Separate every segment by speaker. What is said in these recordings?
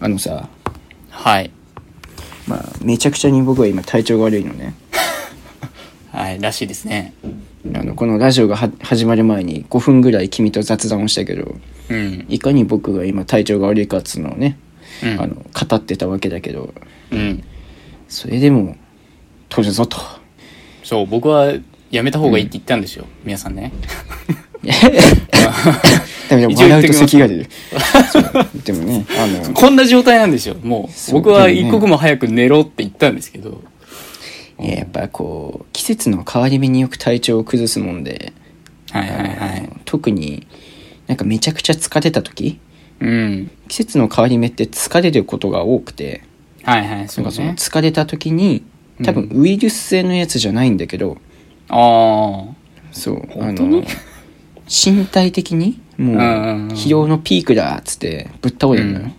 Speaker 1: あのさ、
Speaker 2: はい。
Speaker 1: まあ、めちゃくちゃに僕は今体調が悪いのね。
Speaker 2: はい、らしいですね。
Speaker 1: あの、このラジオがは始まる前に5分ぐらい君と雑談をしたけど、
Speaker 2: うん。
Speaker 1: いかに僕が今体調が悪いかっつうのをね、
Speaker 2: うん
Speaker 1: あの、語ってたわけだけど、
Speaker 2: うん。
Speaker 1: それでも、取るぞと。
Speaker 2: そう、僕はやめた方がいいって言ったんですよ。皆さんね。
Speaker 1: でも、
Speaker 2: 一応言
Speaker 1: 笑
Speaker 2: っ
Speaker 1: うと
Speaker 2: てきます
Speaker 1: 咳が出 る。そうでもね、あの、
Speaker 2: こんな状態なんですよ。もう、
Speaker 1: う
Speaker 2: 僕は
Speaker 1: でもね
Speaker 2: 一刻も早く寝ろって言ったんですけど。
Speaker 1: えーやっぱこう、季節の変わり目によく体調を崩すもんで、
Speaker 2: はいはいはい。
Speaker 1: 特になんかめちゃくちゃ疲れた時、
Speaker 2: うん。
Speaker 1: 季節の変わり目って疲れることが多くて、
Speaker 2: はいはい、そ
Speaker 1: なか
Speaker 2: うんです
Speaker 1: その
Speaker 2: ね。
Speaker 1: 疲れた時に、
Speaker 2: うん
Speaker 1: 多分ウイルス性のやつじゃないんだけど、
Speaker 2: ああ。
Speaker 1: そう、
Speaker 2: 本当に
Speaker 1: 身体的に、もう、
Speaker 2: うんうんうん
Speaker 1: 疲労のピークだっつって、ぶっ倒れるのよ。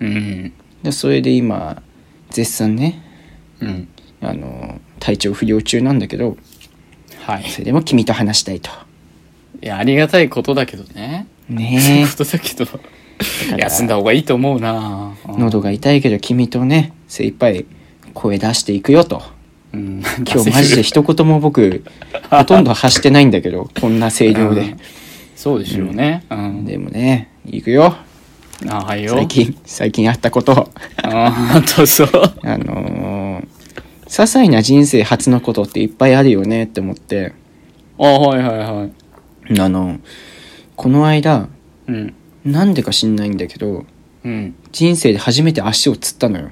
Speaker 2: うんうん。
Speaker 1: でそれで今、絶賛ね、
Speaker 2: うん。
Speaker 1: あの、体調不良中なんだけど、
Speaker 2: はい。
Speaker 1: それでも君と話したいと。
Speaker 2: いや、ありがたいことだけどね。
Speaker 1: ね
Speaker 2: ことだけど。休んだ方がいいと思うな
Speaker 1: え、喉が痛いけど君とね、精一杯声出していくよと。
Speaker 2: うん。
Speaker 1: 今日マジで一言も僕、ほとんど発してないんだけど、こんな声量
Speaker 2: う
Speaker 1: で
Speaker 2: ん。そうでしょうね。 うん。
Speaker 1: でもね、行くよ。
Speaker 2: あはいよ。
Speaker 1: 最近、最近あったこと。
Speaker 2: ああ、とそう。
Speaker 1: あのー、些細な人生初のことっていっぱいあるよねって思って、
Speaker 2: あはいはいはい。
Speaker 1: あの、この間、
Speaker 2: うん。
Speaker 1: なんでか知んないんだけど、
Speaker 2: うん。
Speaker 1: 人生で初めて足をつったのよ。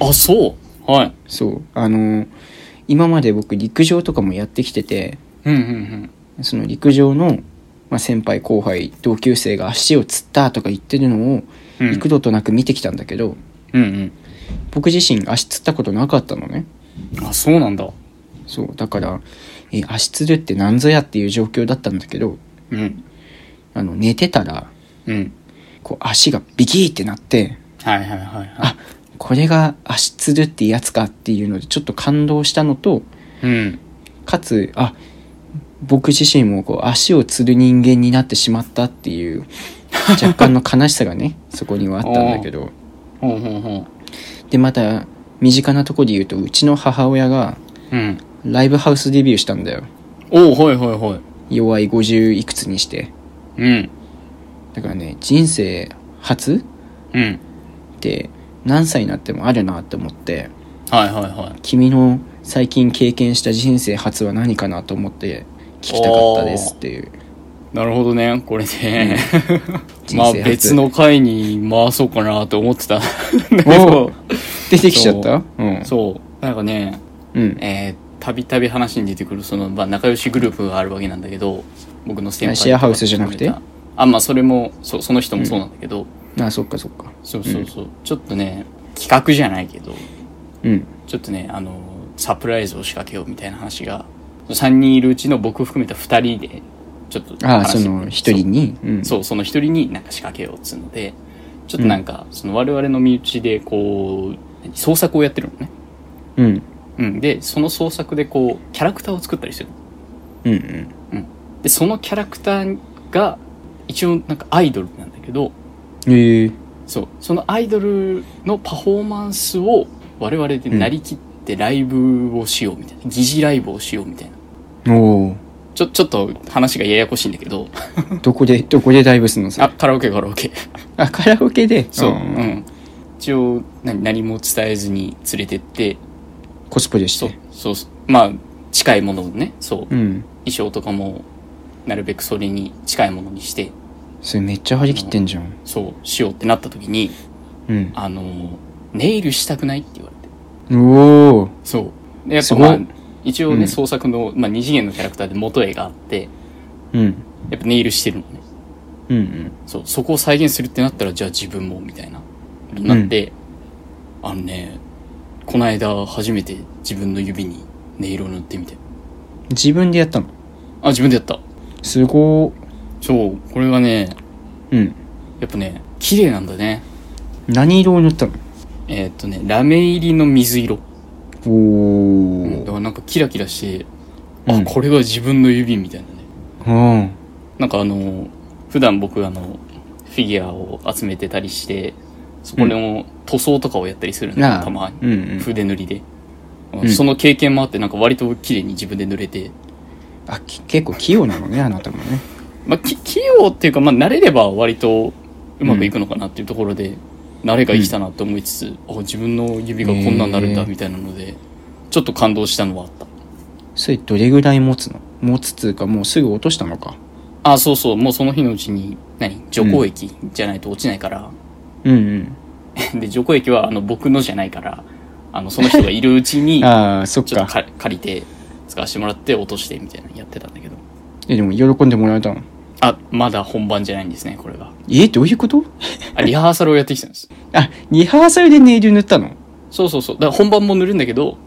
Speaker 2: あ、そう。はい。
Speaker 1: そう。あのー、今まで僕陸上とかもやってきてて、
Speaker 2: うんうん
Speaker 1: その陸上の、まあ、先輩後輩同級生が足をつったとか言ってるのを
Speaker 2: うん
Speaker 1: 幾度となく見てきたんだけど、
Speaker 2: うん。うん
Speaker 1: 僕自身足つったことなかったのね
Speaker 2: うん。あ、そうなんだ。
Speaker 1: そうだからえー足つるってなんぞやっていう状況だったんだけど
Speaker 2: うん。
Speaker 1: あの寝てたら
Speaker 2: うん。
Speaker 1: こう足がビキーってなって
Speaker 2: はいはいはいは
Speaker 1: あこれが足つるってやつかっていうのでちょっと感動したのと
Speaker 2: い。うん。
Speaker 1: かつあ僕自身もこう足をつる人間になってしまったっていう若干の悲しさがね そこにはあったんだけど
Speaker 2: ほうほうほ
Speaker 1: でまた身近なとこで言うとうちの母親が
Speaker 2: う。うん。
Speaker 1: ライブハウスデビューしたんだよ
Speaker 2: おう、はいはいはい。
Speaker 1: 弱い50いくつにして
Speaker 2: うん。
Speaker 1: だからね人生初
Speaker 2: うん。
Speaker 1: って何歳になってもあるなって思って
Speaker 2: はいはいはい。
Speaker 1: 君の最近経験した人生初は何かなと思って聞きたかったですっていう
Speaker 2: なるほどね。これ ね。
Speaker 1: うん
Speaker 2: まあ
Speaker 1: 人生初
Speaker 2: 別の回に回そうかなと思ってた。だけど、
Speaker 1: 出てきちゃったうん
Speaker 2: そう。なんかね、
Speaker 1: うん
Speaker 2: えー、たびたび話に出てくる、その、まあ、仲良しグループがあるわけなんだけど、僕の先輩とか
Speaker 1: シェアハウスじゃなくて
Speaker 2: あ、まあ、それも、そその人もそうなんだけど、
Speaker 1: あそっかそっか
Speaker 2: そうそうそう、ちょっとね、企画じゃないけど、
Speaker 1: うん
Speaker 2: ちょっとね、あの、サプライズを仕掛けようみたいな話が、3人いるうちの僕含めた2人で、ちょっと
Speaker 1: ああ
Speaker 2: 話
Speaker 1: そ
Speaker 2: して
Speaker 1: の一人にうん
Speaker 2: そう、その一人になんか仕掛けようっつうので、ちょっとなんか、その我々の身内で、こう、何創作をやってるのね。
Speaker 1: うん
Speaker 2: うん。で、その創作でこう、キャラクターを作ったりしてるの
Speaker 1: うんうん
Speaker 2: でそのキャラクターが一応なんかアイドルなんだけど
Speaker 1: ええ
Speaker 2: そうそのアイドルのパフォーマンスを我々でなりきってライブをしようみたいな疑似ライブをしようみたいな
Speaker 1: おお
Speaker 2: ちょちょっと話がややこしいんだけ ど
Speaker 1: どこでどこでライブするのさ
Speaker 2: あカラオケカラオケ
Speaker 1: あカラオケで
Speaker 2: そう、うんん一応何何も伝えずに連れてって
Speaker 1: コスプレし
Speaker 2: そう
Speaker 1: て
Speaker 2: そうまあ近いものをねそう
Speaker 1: うん
Speaker 2: 衣装とかもなるべくそれに近いものにして
Speaker 1: それめっちゃ張り切ってんじゃん
Speaker 2: そうしようってなった時に
Speaker 1: うん
Speaker 2: あのネイルしたくないって言われて
Speaker 1: おお
Speaker 2: そう。でやっ
Speaker 1: す
Speaker 2: ぱ
Speaker 1: ごい
Speaker 2: まあ、一応
Speaker 1: う
Speaker 2: ね、
Speaker 1: ん
Speaker 2: 創作の、まあ、二次元のキャラクターで元絵があって、
Speaker 1: うん
Speaker 2: やっぱネイルしてるのね。
Speaker 1: うんうん
Speaker 2: そう、そこを再現するってなったら、じゃあ自分も、みたいな、なって、あのね、この間初めて自分の指にネイルを塗ってみて。
Speaker 1: 自分でやったの
Speaker 2: あ、自分でやった。
Speaker 1: すご
Speaker 2: そう、これがね、
Speaker 1: ーうん
Speaker 2: やっぱね、綺麗なんだね。
Speaker 1: 何色を塗ったの
Speaker 2: えーっとね、ラメ入りの水色。
Speaker 1: お
Speaker 2: う
Speaker 1: お
Speaker 2: ん、だからなんかキラキラして、
Speaker 1: うん
Speaker 2: あ、これが自分の指みたいなね。
Speaker 1: うん
Speaker 2: なんかあの、普段僕あの、フィギュアを集めてたりして、そこの塗装とかをやったりするんだ、
Speaker 1: ああ
Speaker 2: たまに。
Speaker 1: うんうん
Speaker 2: 筆塗りで、
Speaker 1: ん
Speaker 2: その経験もあってなんか割と綺麗に自分で塗れて、
Speaker 1: あき結構器用なのねあなたもね
Speaker 2: まあ、き器用っていうか、まあ、慣れれば割とうまくいくのかなっていうところで、慣れが生きたなって思いつつ、あ自分の指がこんなになるんだ
Speaker 1: へえ
Speaker 2: みたいなので、ちょっと感動したのはあった
Speaker 1: それどれぐらい持つの持つつうかもうすぐ落としたのか
Speaker 2: あそうそうもうその日のうちに何除光液じゃないと落ちないから、
Speaker 1: うんうん
Speaker 2: で除光液はあの僕のじゃないからあのその人がいるうち に
Speaker 1: ああそっ
Speaker 2: ちょっ
Speaker 1: か
Speaker 2: とか借りて使わせてもらって落としてみたいなのやってたんだけど
Speaker 1: えでも喜んでもらえたの
Speaker 2: あまだ本番じゃないんですねこれが
Speaker 1: えどういうこと
Speaker 2: あリハーサルをやってきたんです
Speaker 1: あリハーサルでネイル塗ったの
Speaker 2: そうそうそう。だから本番も塗るんだけど、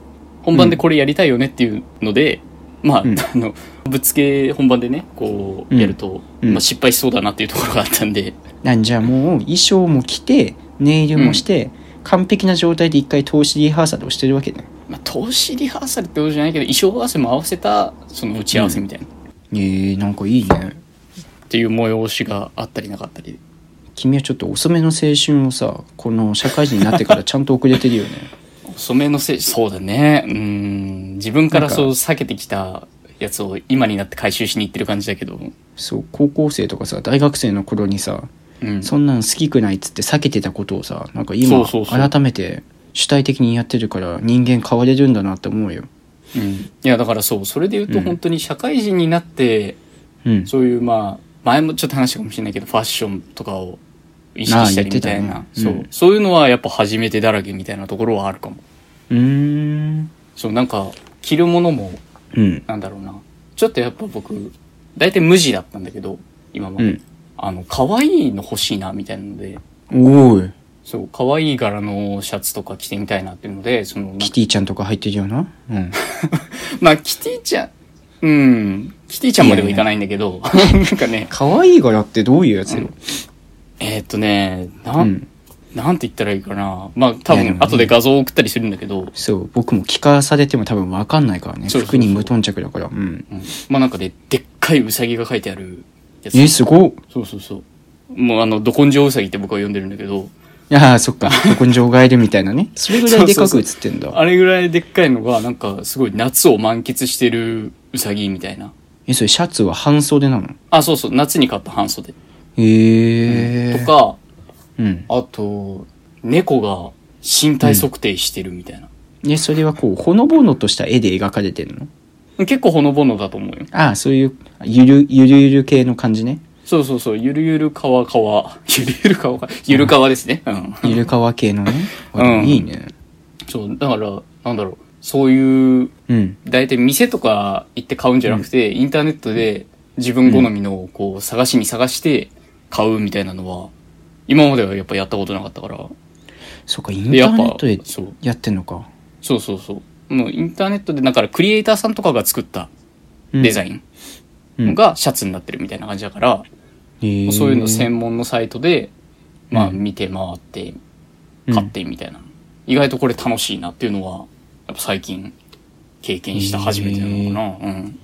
Speaker 2: 本番でこれやりたいよねっていうので、まあ、
Speaker 1: うん
Speaker 2: あの、ぶっつけ本番でね、こう、
Speaker 1: うん
Speaker 2: やると、
Speaker 1: うん
Speaker 2: まあ失敗しそうだなっていうところがあったんで、
Speaker 1: なんじゃもう衣装も着てネイルもして、完璧な状態で一回通しリハーサルをしてるわけね
Speaker 2: まあ、投資リハーサルってことじゃないけど、衣装合わせも合わせた、その打ち合わせみたいな、
Speaker 1: えー、なんかいいね
Speaker 2: っていう催しがあったりなかったりで。
Speaker 1: 君はちょっと遅めの青春をさこの社会人になってからちゃんと遅れてるよね
Speaker 2: 遅めのせい、そうだね。うん、自分からそう避けてきたやつを今になって回収しに行ってる感じだけど、
Speaker 1: そう高校生とかさ大学生の頃にさ
Speaker 2: うん。
Speaker 1: そんなん好きくないっつって避けてたことをさなんか今
Speaker 2: そうそうそう
Speaker 1: 改めて主体的にやってるから人間変われるんだなって思うよ
Speaker 2: うん、いや、だからそう、それで言うと本当に社会人になって、
Speaker 1: うん
Speaker 2: そういうまあ、前もちょっと話したかもしれないけど、ファッションとかを意識したりみたい
Speaker 1: ああ
Speaker 2: な。
Speaker 1: 言ってたね。
Speaker 2: そううんそういうのはやっぱ初めてだらけみたいなところはあるかも。
Speaker 1: うーん
Speaker 2: そう、なんか、着るものも、
Speaker 1: うん
Speaker 2: なんだろうな。ちょっとやっぱ僕、大体無地だったんだけど、今も。
Speaker 1: うん
Speaker 2: あの、可愛いの欲しいな、みたいなので、
Speaker 1: おい
Speaker 2: そう、可愛い柄のシャツとか着てみたいなっていうので、その、なんか
Speaker 1: キティちゃんとか入ってるよなうん
Speaker 2: まあ、キティちゃん、うん、キティちゃんまではいかないんだけど、なんかね、
Speaker 1: 可愛い柄ってどういうやつよ、
Speaker 2: えーっとね、
Speaker 1: う
Speaker 2: なんん、なんて言ったらいいかな。まあ、多
Speaker 1: いやでも
Speaker 2: 分、
Speaker 1: ね
Speaker 2: 後で画像を送ったりするんだけど、
Speaker 1: そう僕も聞かされても多分分かんないからね
Speaker 2: そうそうそう
Speaker 1: 服に無頓着だからうん
Speaker 2: うんまあなんかね、でっかいウサギが書いてあるやつ。
Speaker 1: えすごっ
Speaker 2: そうそうそう。もうあの、ど根性ウサギって僕は呼んでるんだけど、
Speaker 1: ああそっ かど根性がいるみたいなねそれぐらいでかく映ってんだ
Speaker 2: あれぐらいでっかいのが、なんかすごい夏を満喫してるウサギみたいな。
Speaker 1: えそれシャツは半袖なの
Speaker 2: あ、そうそう、夏に買った半袖。
Speaker 1: へえ
Speaker 2: とか、
Speaker 1: うん
Speaker 2: あと、猫が身体測定してるみたいな。
Speaker 1: でそれはこうほのぼのとした絵で描かれてるの
Speaker 2: 結構ほのぼのだと思うよ。
Speaker 1: ああそういうゆるゆるゆる系の感じね
Speaker 2: そうそうそう、ゆるゆるかわかわ。ゆるゆるかわか。ゆるかわですね。うん。
Speaker 1: ゆるかわ系のね、あ
Speaker 2: うん
Speaker 1: でもいいね
Speaker 2: そう、だから、なんだろう、そういう、
Speaker 1: うん
Speaker 2: 大体店とか行って買うんじゃなくて、インターネットで自分好みのをこう、探しに探して買うみたいなのは、今まではやっぱやったことなかったから。
Speaker 1: そっかインタ
Speaker 2: で、や
Speaker 1: ーネ
Speaker 2: っぱ
Speaker 1: ットで、
Speaker 2: そう、
Speaker 1: やってんのか、
Speaker 2: そうそうそう。もうインターネットで、だからクリエイターさんとかが作ったデザ
Speaker 1: イ
Speaker 2: イ
Speaker 1: ン
Speaker 2: ンがシャツになってるみたいな感じだから、もうそういうの専門のサイトで、まあ
Speaker 1: うん
Speaker 2: 見て回って、
Speaker 1: うん
Speaker 2: 買ってみたいな、意外とこれ楽しいなっていうのは、やっぱ最近経験した初めてなのかな。うん。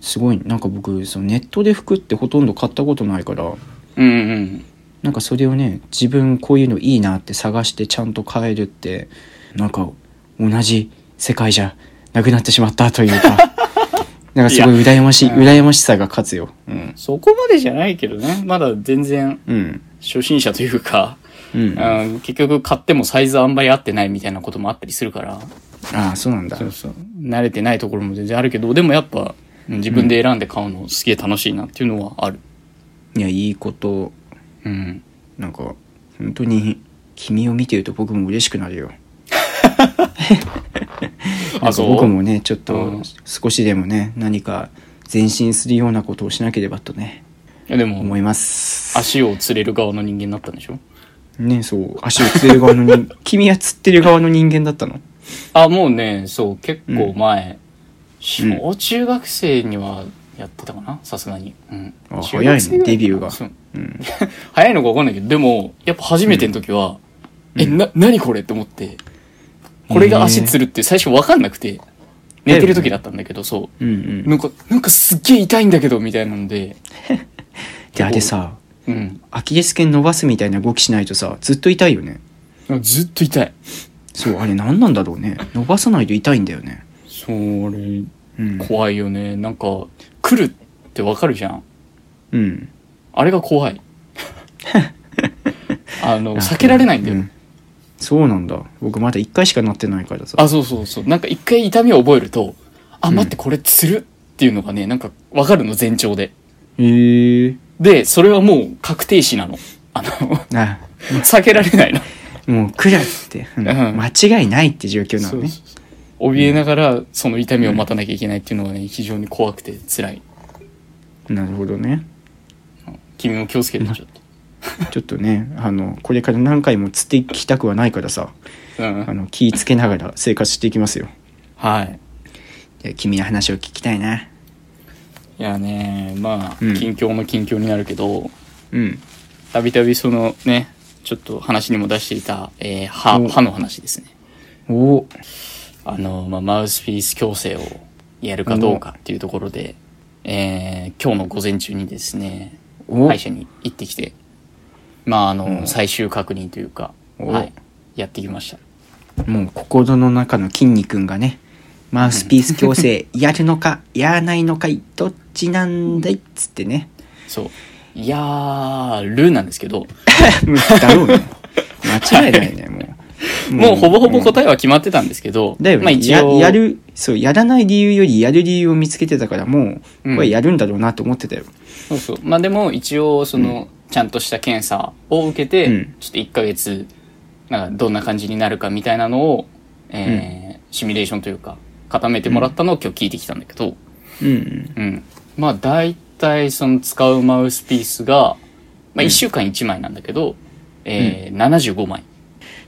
Speaker 1: すごいなんか僕そのネットで服ってほとんど買ったことないから
Speaker 2: うんうん。
Speaker 1: なんかそれをね自分こういうのいいなって探してちゃんと買えるってなんか同じ世界じゃなくなってしまったという かなんかすごい羨ましい
Speaker 2: いやうん
Speaker 1: 羨ましさが勝つようん
Speaker 2: そこまでじゃないけどね。まだ全然
Speaker 1: うん
Speaker 2: 初心者というか、
Speaker 1: うんあ
Speaker 2: うん結局買ってもサイズあんまり合ってないみたいなこともあったりするから、
Speaker 1: あそうなんだ
Speaker 2: そう。慣れてないところも全然あるけど、でもやっぱうん自分で選んで買うのすげえ楽しいなっていうのはある。
Speaker 1: いやいいこと
Speaker 2: うん。
Speaker 1: なんか本当に君を見てると僕も嬉しくなるよなん
Speaker 2: あ
Speaker 1: か
Speaker 2: そう
Speaker 1: 僕もねちょっ
Speaker 2: う
Speaker 1: と
Speaker 2: ん
Speaker 1: 少しでもね何か前進するようなことをしなければとね
Speaker 2: いやで
Speaker 1: 思
Speaker 2: も、
Speaker 1: います
Speaker 2: 足を釣れる側の人間になったんでしょ
Speaker 1: ねそう足をつってる側の 人君は釣ってる側の人間だったの
Speaker 2: あ、もうね、そう、結構前、
Speaker 1: うん
Speaker 2: 小中学生にはやってたかなさすがに。うん。
Speaker 1: あ
Speaker 2: 中学生
Speaker 1: 早い
Speaker 2: ぐらかな
Speaker 1: ねデビューが
Speaker 2: そう
Speaker 1: うん
Speaker 2: 早いのか分かんないけど、でも、やっぱ初めての時は、
Speaker 1: うん
Speaker 2: え、な、何これって思って、これが足つるって最初分かんなくて、寝てる時だったんだけど、そ
Speaker 1: うんう
Speaker 2: う。
Speaker 1: ん
Speaker 2: なんか、なんかすっげえ痛いんだけど、みたいなので、
Speaker 1: であれさ
Speaker 2: うん。
Speaker 1: アキレス腱伸ばすみたいな動きしないとさずっと痛いよね
Speaker 2: ずっと痛い。
Speaker 1: そうあれ何なんだろうね伸ばさないと痛いんだよね
Speaker 2: それ、
Speaker 1: うん
Speaker 2: 怖いよね。なんか、来るってわかるじゃん。
Speaker 1: うん
Speaker 2: あれが怖 い。あの、
Speaker 1: あ
Speaker 2: 避けられないんだよ。
Speaker 1: うそうなんだ僕まだ1回しかなってないからさ
Speaker 2: あ、そうそうそう。なんか一回痛みを覚えると、あ、
Speaker 1: うん
Speaker 2: 待って、これつるっていうのがね、なんかわかるの、前兆で。
Speaker 1: へえ
Speaker 2: で、それはもう確定視なの。あの、
Speaker 1: あ
Speaker 2: 避けられないの。
Speaker 1: もう来るって、うん
Speaker 2: うん
Speaker 1: 間違いないって状況なのね
Speaker 2: そうそうそう怯えながら、その痛みを待たなきゃいけないっていうのがね、非常に怖くて辛い。
Speaker 1: なるほどね
Speaker 2: 君も気をつけて、ちょっ
Speaker 1: ちょっとねあのこれから何回もつっていきたくはないからさ
Speaker 2: と。うん
Speaker 1: あ。の気ぃつけながら生活していきますよ
Speaker 2: はい。
Speaker 1: いや君の話を聞きたいない
Speaker 2: やね、まあ、
Speaker 1: うん
Speaker 2: 近況の近況になるけど、
Speaker 1: うん
Speaker 2: たびたびそのね、ちょっと話にも出していた、えー歯、
Speaker 1: お
Speaker 2: 歯の話ですね。
Speaker 1: おお
Speaker 2: あの、まあ、マウスピース矯正をやるかどうかっていうところで、えー今日の午前中にですね、
Speaker 1: お
Speaker 2: 歯医者に行ってきて、まあ、あの、
Speaker 1: うん
Speaker 2: 最終確認というか、
Speaker 1: お
Speaker 2: はい、やってきました。
Speaker 1: もう心の中の筋肉がねマウスピース矯正やるのかやらないのかいどっちなんだいっつって ね
Speaker 2: そう。いやー、ルーなんですけど、
Speaker 1: うんだろうね間違いないねもう
Speaker 2: もうほぼほぼ
Speaker 1: うん
Speaker 2: 答えは決まってたんですけど、
Speaker 1: だよね、
Speaker 2: まあ一応、
Speaker 1: ややるそうやらない理由よりやる理由を見つけてたからも
Speaker 2: うん
Speaker 1: うこれやるんだろうなと思ってたよ、
Speaker 2: そうそう。まあでも一応、その、ちゃんとした検査を受けて、
Speaker 1: うん
Speaker 2: ちょっと1ヶ月、なんかどんな感じになるかみたいなのを、えーシミュレーションというか、固めてもらったのを今日聞いてきたんだけど、
Speaker 1: うんうん
Speaker 2: うん。まあ大体その使うマウスピースが、まあ1週間1枚なんだけど、えー75枚。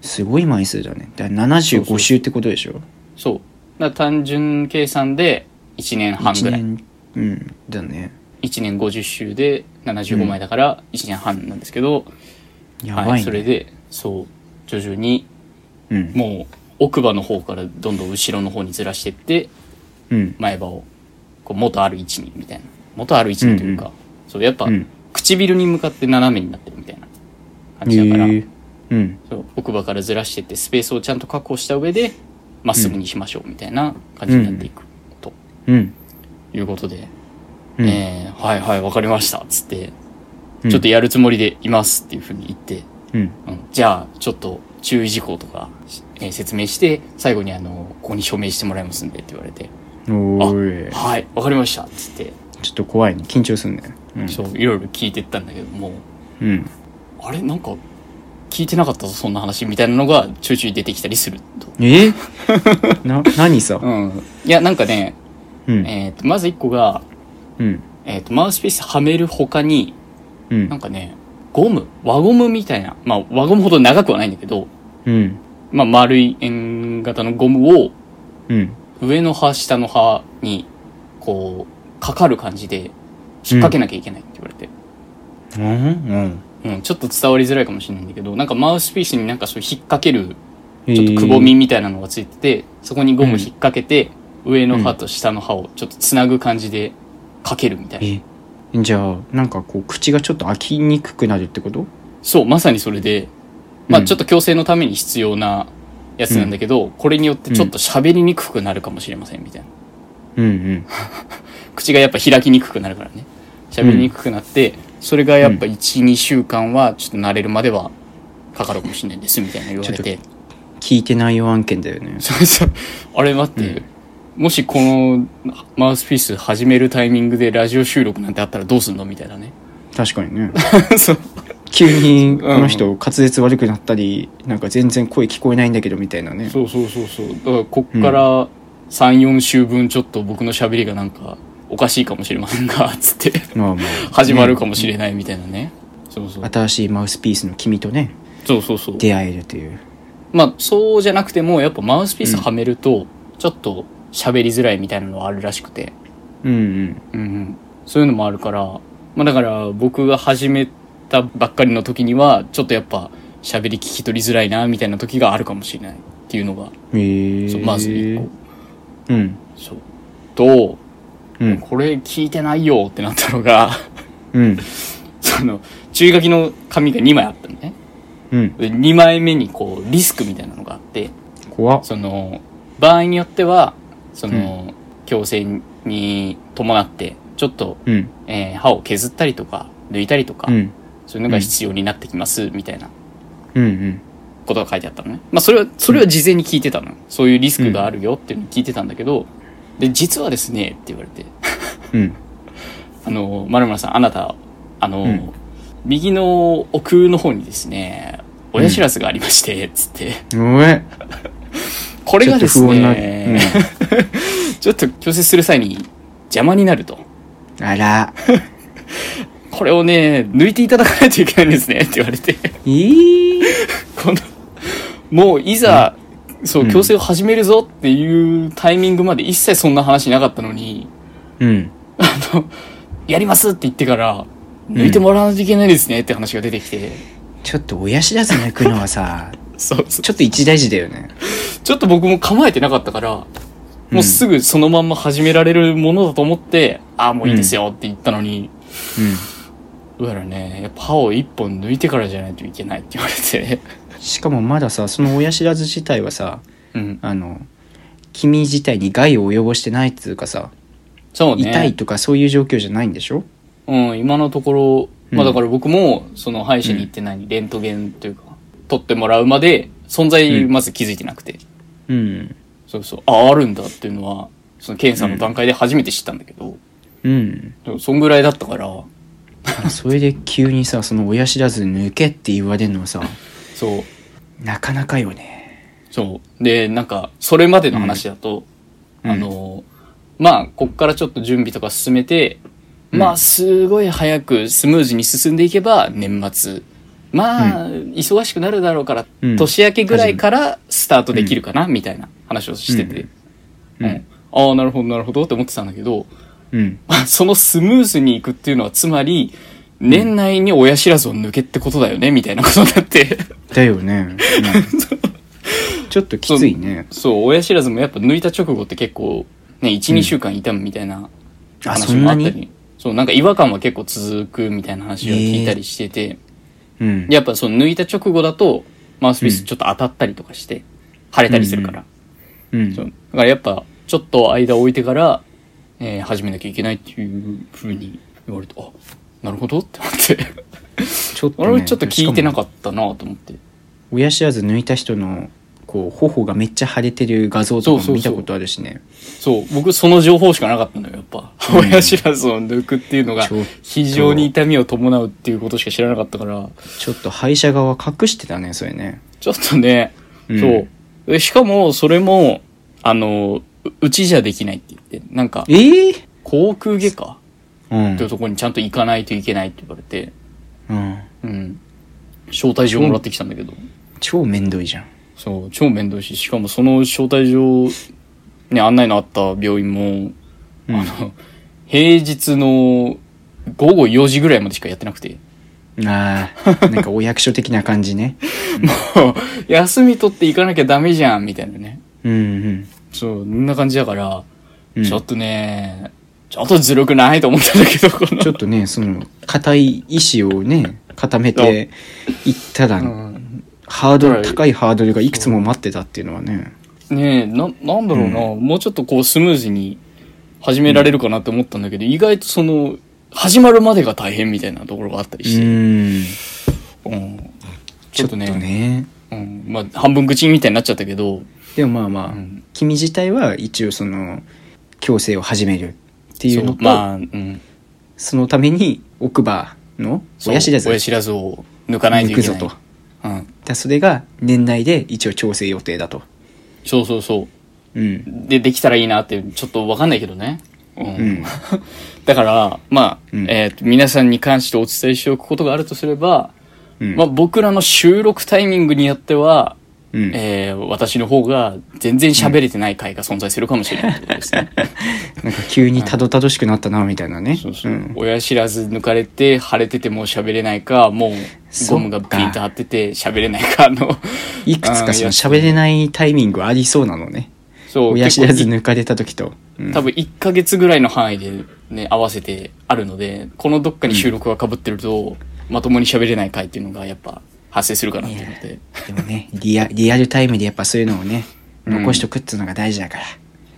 Speaker 1: すごい枚数だねだから
Speaker 2: そうそう
Speaker 1: 75週ってことでしょ
Speaker 2: そう。だから単純計算で1年半ぐらい。
Speaker 1: 年うんだね
Speaker 2: 1年50週で75枚だから1年半なんですけど、
Speaker 1: やばいね、
Speaker 2: はい、それで、そう、徐々に
Speaker 1: うん
Speaker 2: もう奥歯の方からどんどん後ろの方にずらしてって
Speaker 1: うん
Speaker 2: 前歯をこう元ある位置にみたいな元ある位置にというか、
Speaker 1: う
Speaker 2: そうやっぱ、
Speaker 1: うん
Speaker 2: 唇に向かって斜めになってるみたいな感
Speaker 1: へ
Speaker 2: じだから、
Speaker 1: えうん
Speaker 2: そう奥歯からずらしてってスペースをちゃんと確保した上でまっすぐにしましょうみたいな感じになっていくと
Speaker 1: うん
Speaker 2: いうことで、
Speaker 1: うん、
Speaker 2: えーはいはいわかりましたっつって、
Speaker 1: うん
Speaker 2: ちょっとやるつもりでいますっていうふうに言って
Speaker 1: うん
Speaker 2: うんじゃあ、ちょっと注意事項とか、えー説明して、最後にあの、ここに署名してもらいますんでって言われて、
Speaker 1: おーい
Speaker 2: はい、わかりましたっつって、
Speaker 1: ちょっと怖いね緊張すんねうん
Speaker 2: そう、いろいろ聞いてったんだけども、
Speaker 1: うん
Speaker 2: あれなんか、聞いてなかったぞ、そんな話みたいなのがちょいちょい出てきたりすると。
Speaker 1: え な何さ
Speaker 2: うん。いや、なんかね、
Speaker 1: うん
Speaker 2: えっ、と、まず一個が、
Speaker 1: うん
Speaker 2: えっ、と、マウスピースはめる他に、
Speaker 1: う
Speaker 2: なん
Speaker 1: ん
Speaker 2: かね、ゴム、輪ゴムみたいな、まあ、輪ゴムほど長くはないんだけど、
Speaker 1: うん
Speaker 2: まあ、丸い円型のゴムを、
Speaker 1: うん
Speaker 2: 上の歯、下の歯に、こう、かかる感じで、引っ掛けなきゃいけないって言われて。
Speaker 1: うん
Speaker 2: うん、ちょっと伝わりづらいかもしれないんだけど、なんかマウスピースになんかそう引っ掛ける、
Speaker 1: うん
Speaker 2: ちょっとくぼみみたいなのがついてて、そこにゴム引っ掛けて、上の歯と下の歯をちょっとつなぐ感じで、かけるみたいな。
Speaker 1: えじゃあなんかこう口がちょっと開きにくくなるってこと
Speaker 2: そう、まさにそれで、まあ
Speaker 1: うん
Speaker 2: ちょっと矯正のために必要なやつなんだけど、これによってちょっと喋りにくくなるかもしれません、みたいな。
Speaker 1: うんうん
Speaker 2: 口がやっぱ開きにくくなるからね喋りにくくなって、それがやっぱ12、週間はちょっと慣れるまではかかるかもしれないですみたいな言われ
Speaker 1: ちょ
Speaker 2: て
Speaker 1: っ聞いてないよ案件だよね
Speaker 2: そうそうあれ待って、もしこのマウスピース始めるタイミングでラジオ収録なんてあったらどうすんのみたいなね
Speaker 1: 確かにね
Speaker 2: そう
Speaker 1: 急にこの人滑舌悪くなったりなんか全然声聞こえないんだけどみたいなね
Speaker 2: そうそうそうそうだからこっから34週分ちょっと僕の喋りがなんかおかしいかもしれませんがつって
Speaker 1: まあまあ
Speaker 2: 始まるかもしれないみたいなねそうそう
Speaker 1: 新しいマウスピースの君とね
Speaker 2: そうそうそう
Speaker 1: 出会えるという
Speaker 2: まあ、そうじゃなくても、やっぱマウスピースはめると、ちょっと喋りづらいみたいなのはあるらしくて。
Speaker 1: うんうん
Speaker 2: うんうん。そういうのもあるから、まあだから、僕が始めたばっかりの時には、ちょっとやっぱ喋り聞き取りづらいな、みたいな時があるかもしれないっていうのが、
Speaker 1: へえ
Speaker 2: そうまず一個。
Speaker 1: うん
Speaker 2: そう。と、
Speaker 1: うん
Speaker 2: これ聞いてないよってなったのが、
Speaker 1: うん
Speaker 2: その、注意書きの紙が2枚あったのね。
Speaker 1: うん。
Speaker 2: で2枚目にこう、リスクみたいなのがあって、
Speaker 1: 怖っ。
Speaker 2: その、場合によっては、その、矯正に伴って、ちょっと、
Speaker 1: うん。
Speaker 2: えー歯を削ったりとか、抜いたりとか、
Speaker 1: うん。
Speaker 2: そういうのが必要になってきます、みたいな
Speaker 1: うんうん。
Speaker 2: ことが書いてあったのね。まあ、それは、それは事前に聞いてたの。そういうリスクがあるよっていうのを聞いてたんだけど、で、実はですね、って言われて、
Speaker 1: うん。
Speaker 2: あの、丸村さん、あなた、あの、
Speaker 1: うん
Speaker 2: 右の奥の方にですね、親知らずがありまして、つって、
Speaker 1: おえ。
Speaker 2: これがです
Speaker 1: ちょっと不穏な
Speaker 2: ね、 ちょっと矯正する際に邪魔になると。
Speaker 1: うん。あら。
Speaker 2: これをね、抜いていただかないといけないんですね、って言われて、
Speaker 1: いい。
Speaker 2: この、もういざ、そう、
Speaker 1: うん
Speaker 2: 矯正を始めるぞっていうタイミングまで一切そんな話なかったのに、
Speaker 1: うん。
Speaker 2: あの、やりますって言ってから、抜いてもらわないといけないですねって話が出てきて、
Speaker 1: ちょっと親知らず抜くのはさ、
Speaker 2: そうそう
Speaker 1: ちょっと一大事だよね。
Speaker 2: ちょっと僕も構えてなかったから、
Speaker 1: うん
Speaker 2: もうすぐそのまんま始められるものだと思って、ああ、もういいですよって言ったのに、どうやらね、やっぱ歯を一本抜いてからじゃないといけないって言われて、
Speaker 1: うん。しかもまださ、その親知らず自体はさ、
Speaker 2: うん。
Speaker 1: あの、君自体に害を及ぼしてないっつうかさ、
Speaker 2: そうね。
Speaker 1: 痛いとかそういう状況じゃないんでしょ
Speaker 2: うん、今のところ、まあ
Speaker 1: うん
Speaker 2: だから僕も、その歯医者に行って何、レントゲンというか、取ってもらうまで、存在まず気づいてなくて、
Speaker 1: うん。
Speaker 2: そうそう、ああ、あるんだっていうのは、その検査の段階で初めて知ったんだけど、
Speaker 1: うん。
Speaker 2: でもそんぐらいだったから、
Speaker 1: それで急にさ、その親知らず抜けって言われるのはさ、
Speaker 2: そう、
Speaker 1: なかなかよね。
Speaker 2: そう。で、なんか、それまでの話だと、
Speaker 1: うん
Speaker 2: あの、まあ、こっからちょっと準備とか進めて、
Speaker 1: うん
Speaker 2: まあ、すごい早くスムーズに進んでいけば、年末。まあ、忙しくなるだろうから、
Speaker 1: うん
Speaker 2: 年明けぐらいからスタートできるかな、みたいな話をしてて。
Speaker 1: うんうん
Speaker 2: ああ、なるほど、なるほどって思ってたんだけど、
Speaker 1: うん。
Speaker 2: まあそのスムーズにいくっていうのは、つまり、年内に親知らずを抜けってことだよね、みたいなことになって。
Speaker 1: だよね。う んちょっときついね。
Speaker 2: そう、親知らずもやっぱ抜いた直後って結構、ね、1、2週間痛むみたいな
Speaker 1: あ、
Speaker 2: 話
Speaker 1: そん
Speaker 2: もあ
Speaker 1: な
Speaker 2: った
Speaker 1: に
Speaker 2: り、そう、なんか違和感は結構続くみたいな話を聞いたりしてて、
Speaker 1: うん。
Speaker 2: やっぱその抜いた直後だと、マウスピースちょっと当たったりとかして、腫れたりするから。
Speaker 1: うん
Speaker 2: そう。だからやっぱ、ちょっと間を置いてから、えー始めなきゃいけないっていう風に言われて、あ、なるほどって思って。
Speaker 1: ちょっとね
Speaker 2: 俺もちょっと聞いてな
Speaker 1: しか
Speaker 2: かったなと思って。
Speaker 1: も親知らず抜いた人の、こう、頬がめっちゃ腫れてる画像とか
Speaker 2: そ
Speaker 1: も
Speaker 2: うそう
Speaker 1: 見
Speaker 2: そう
Speaker 1: たことあるしね。
Speaker 2: そう、僕その情報しかなかったのよ、やっぱ。
Speaker 1: うん
Speaker 2: 親知らずを抜くっていうのが
Speaker 1: ちょっと、
Speaker 2: 非常に痛みを伴うっていうことしか知らなかったから、
Speaker 1: ちょっと歯医者側隠してたね、それね。
Speaker 2: ちょっとね、
Speaker 1: うん
Speaker 2: そう。でしかも、それも、あの、ううちじゃできないって言って、なんか、
Speaker 1: ええ
Speaker 2: 航空外科
Speaker 1: うん
Speaker 2: っていうところにちゃんと行かないといけないって言われて、
Speaker 1: うん。
Speaker 2: うん。招待状もらってきたんだけど、
Speaker 1: 超めんどいじゃん。
Speaker 2: そう、超面倒いし、しかもその招待状、ね、案内のあった病院も、
Speaker 1: うん
Speaker 2: あの、平日の午後4時ぐらいまでしかやってなくて、
Speaker 1: ああ、なんかお役所的な感じね。
Speaker 2: 休み取って行かなきゃダメじゃん、みたいなね。
Speaker 1: うん
Speaker 2: そう、そんな感じだから、
Speaker 1: うん。
Speaker 2: ちょ
Speaker 1: う
Speaker 2: っ
Speaker 1: ん
Speaker 2: とね、ちょっとずるくないと思ったんだけど、この
Speaker 1: ちょっとね、その、硬い意志をね、固めていったら、
Speaker 2: うん
Speaker 1: ハードル、高いハードルがいくつも待ってたっていうのはね。
Speaker 2: ねえ、な、なんだろうな、もうちょっとこうスムーズに始められるかなって思ったんだけど、意外とその、始まるまでが大変みたいなところがあったり
Speaker 1: う
Speaker 2: して、
Speaker 1: ん。
Speaker 2: うんち
Speaker 1: ちょ
Speaker 2: ょ
Speaker 1: っ
Speaker 2: っと
Speaker 1: と
Speaker 2: ね
Speaker 1: ね。
Speaker 2: うん、まあ、半分口みたいになっちゃったけど、
Speaker 1: でもまあまあ、
Speaker 2: うん
Speaker 1: 君自体は一応その、矯正を始めるっていうの
Speaker 2: そう
Speaker 1: と、
Speaker 2: まあ、うん。
Speaker 1: そのために奥歯の
Speaker 2: そう
Speaker 1: 親知らず
Speaker 2: 親知らずを抜かないとい
Speaker 1: 抜
Speaker 2: け
Speaker 1: く
Speaker 2: な
Speaker 1: ぞ
Speaker 2: い。
Speaker 1: と。
Speaker 2: うん。
Speaker 1: だそれが年内で一応調整予定だと。
Speaker 2: そうそうそう。
Speaker 1: うん。
Speaker 2: で、できたらいいなって、ちょっとわかんないけどね。うん。
Speaker 1: うん。
Speaker 2: だから、まあ、
Speaker 1: うん
Speaker 2: えーと皆さんに関してお伝えしておくことがあるとすれば、
Speaker 1: うん。
Speaker 2: まあ、僕らの収録タイミングによっては、
Speaker 1: うん
Speaker 2: えー私の方が全然喋れてない回が存在するかもしれないってことですね。
Speaker 1: なんか急にたどたどしくなったな、みたいなね。。
Speaker 2: そうそううん親知らず抜かれて、腫れててもう喋れないか、もうゴムがピンと張ってて喋れないかの、
Speaker 1: いくつかそ
Speaker 2: あ
Speaker 1: の
Speaker 2: ー
Speaker 1: 喋れないタイミングありそうなのね。
Speaker 2: そう、
Speaker 1: 親知らず
Speaker 2: 結構
Speaker 1: 抜かれた時と。うん
Speaker 2: 多分1ヶ月ぐらいの範囲でね、合わせてあるので、このどっかに収録が被ってると、まともに喋れない回っていうのがやっぱ発生するかなって思って。
Speaker 1: でもねリアリアルタイムでやっぱそういうのをね
Speaker 2: うん
Speaker 1: 残しとくっていうのが大事だから、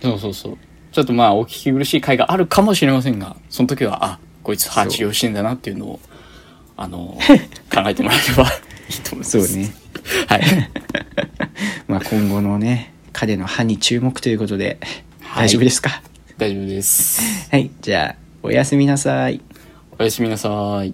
Speaker 2: そうそうそう。ちょっとまあお聞き苦しい回があるかもしれませんが、その時は、あ、こいつ歯治療してんだなっていうのを、あ の、考えてもらえればいいと思います。
Speaker 1: そう。ね
Speaker 2: はい。
Speaker 1: まあ今後のね彼の歯に注目ということで
Speaker 2: はい
Speaker 1: 大丈夫ですか
Speaker 2: 大丈夫です。
Speaker 1: はい、じゃあおやすみなさい
Speaker 2: おやすみなさい。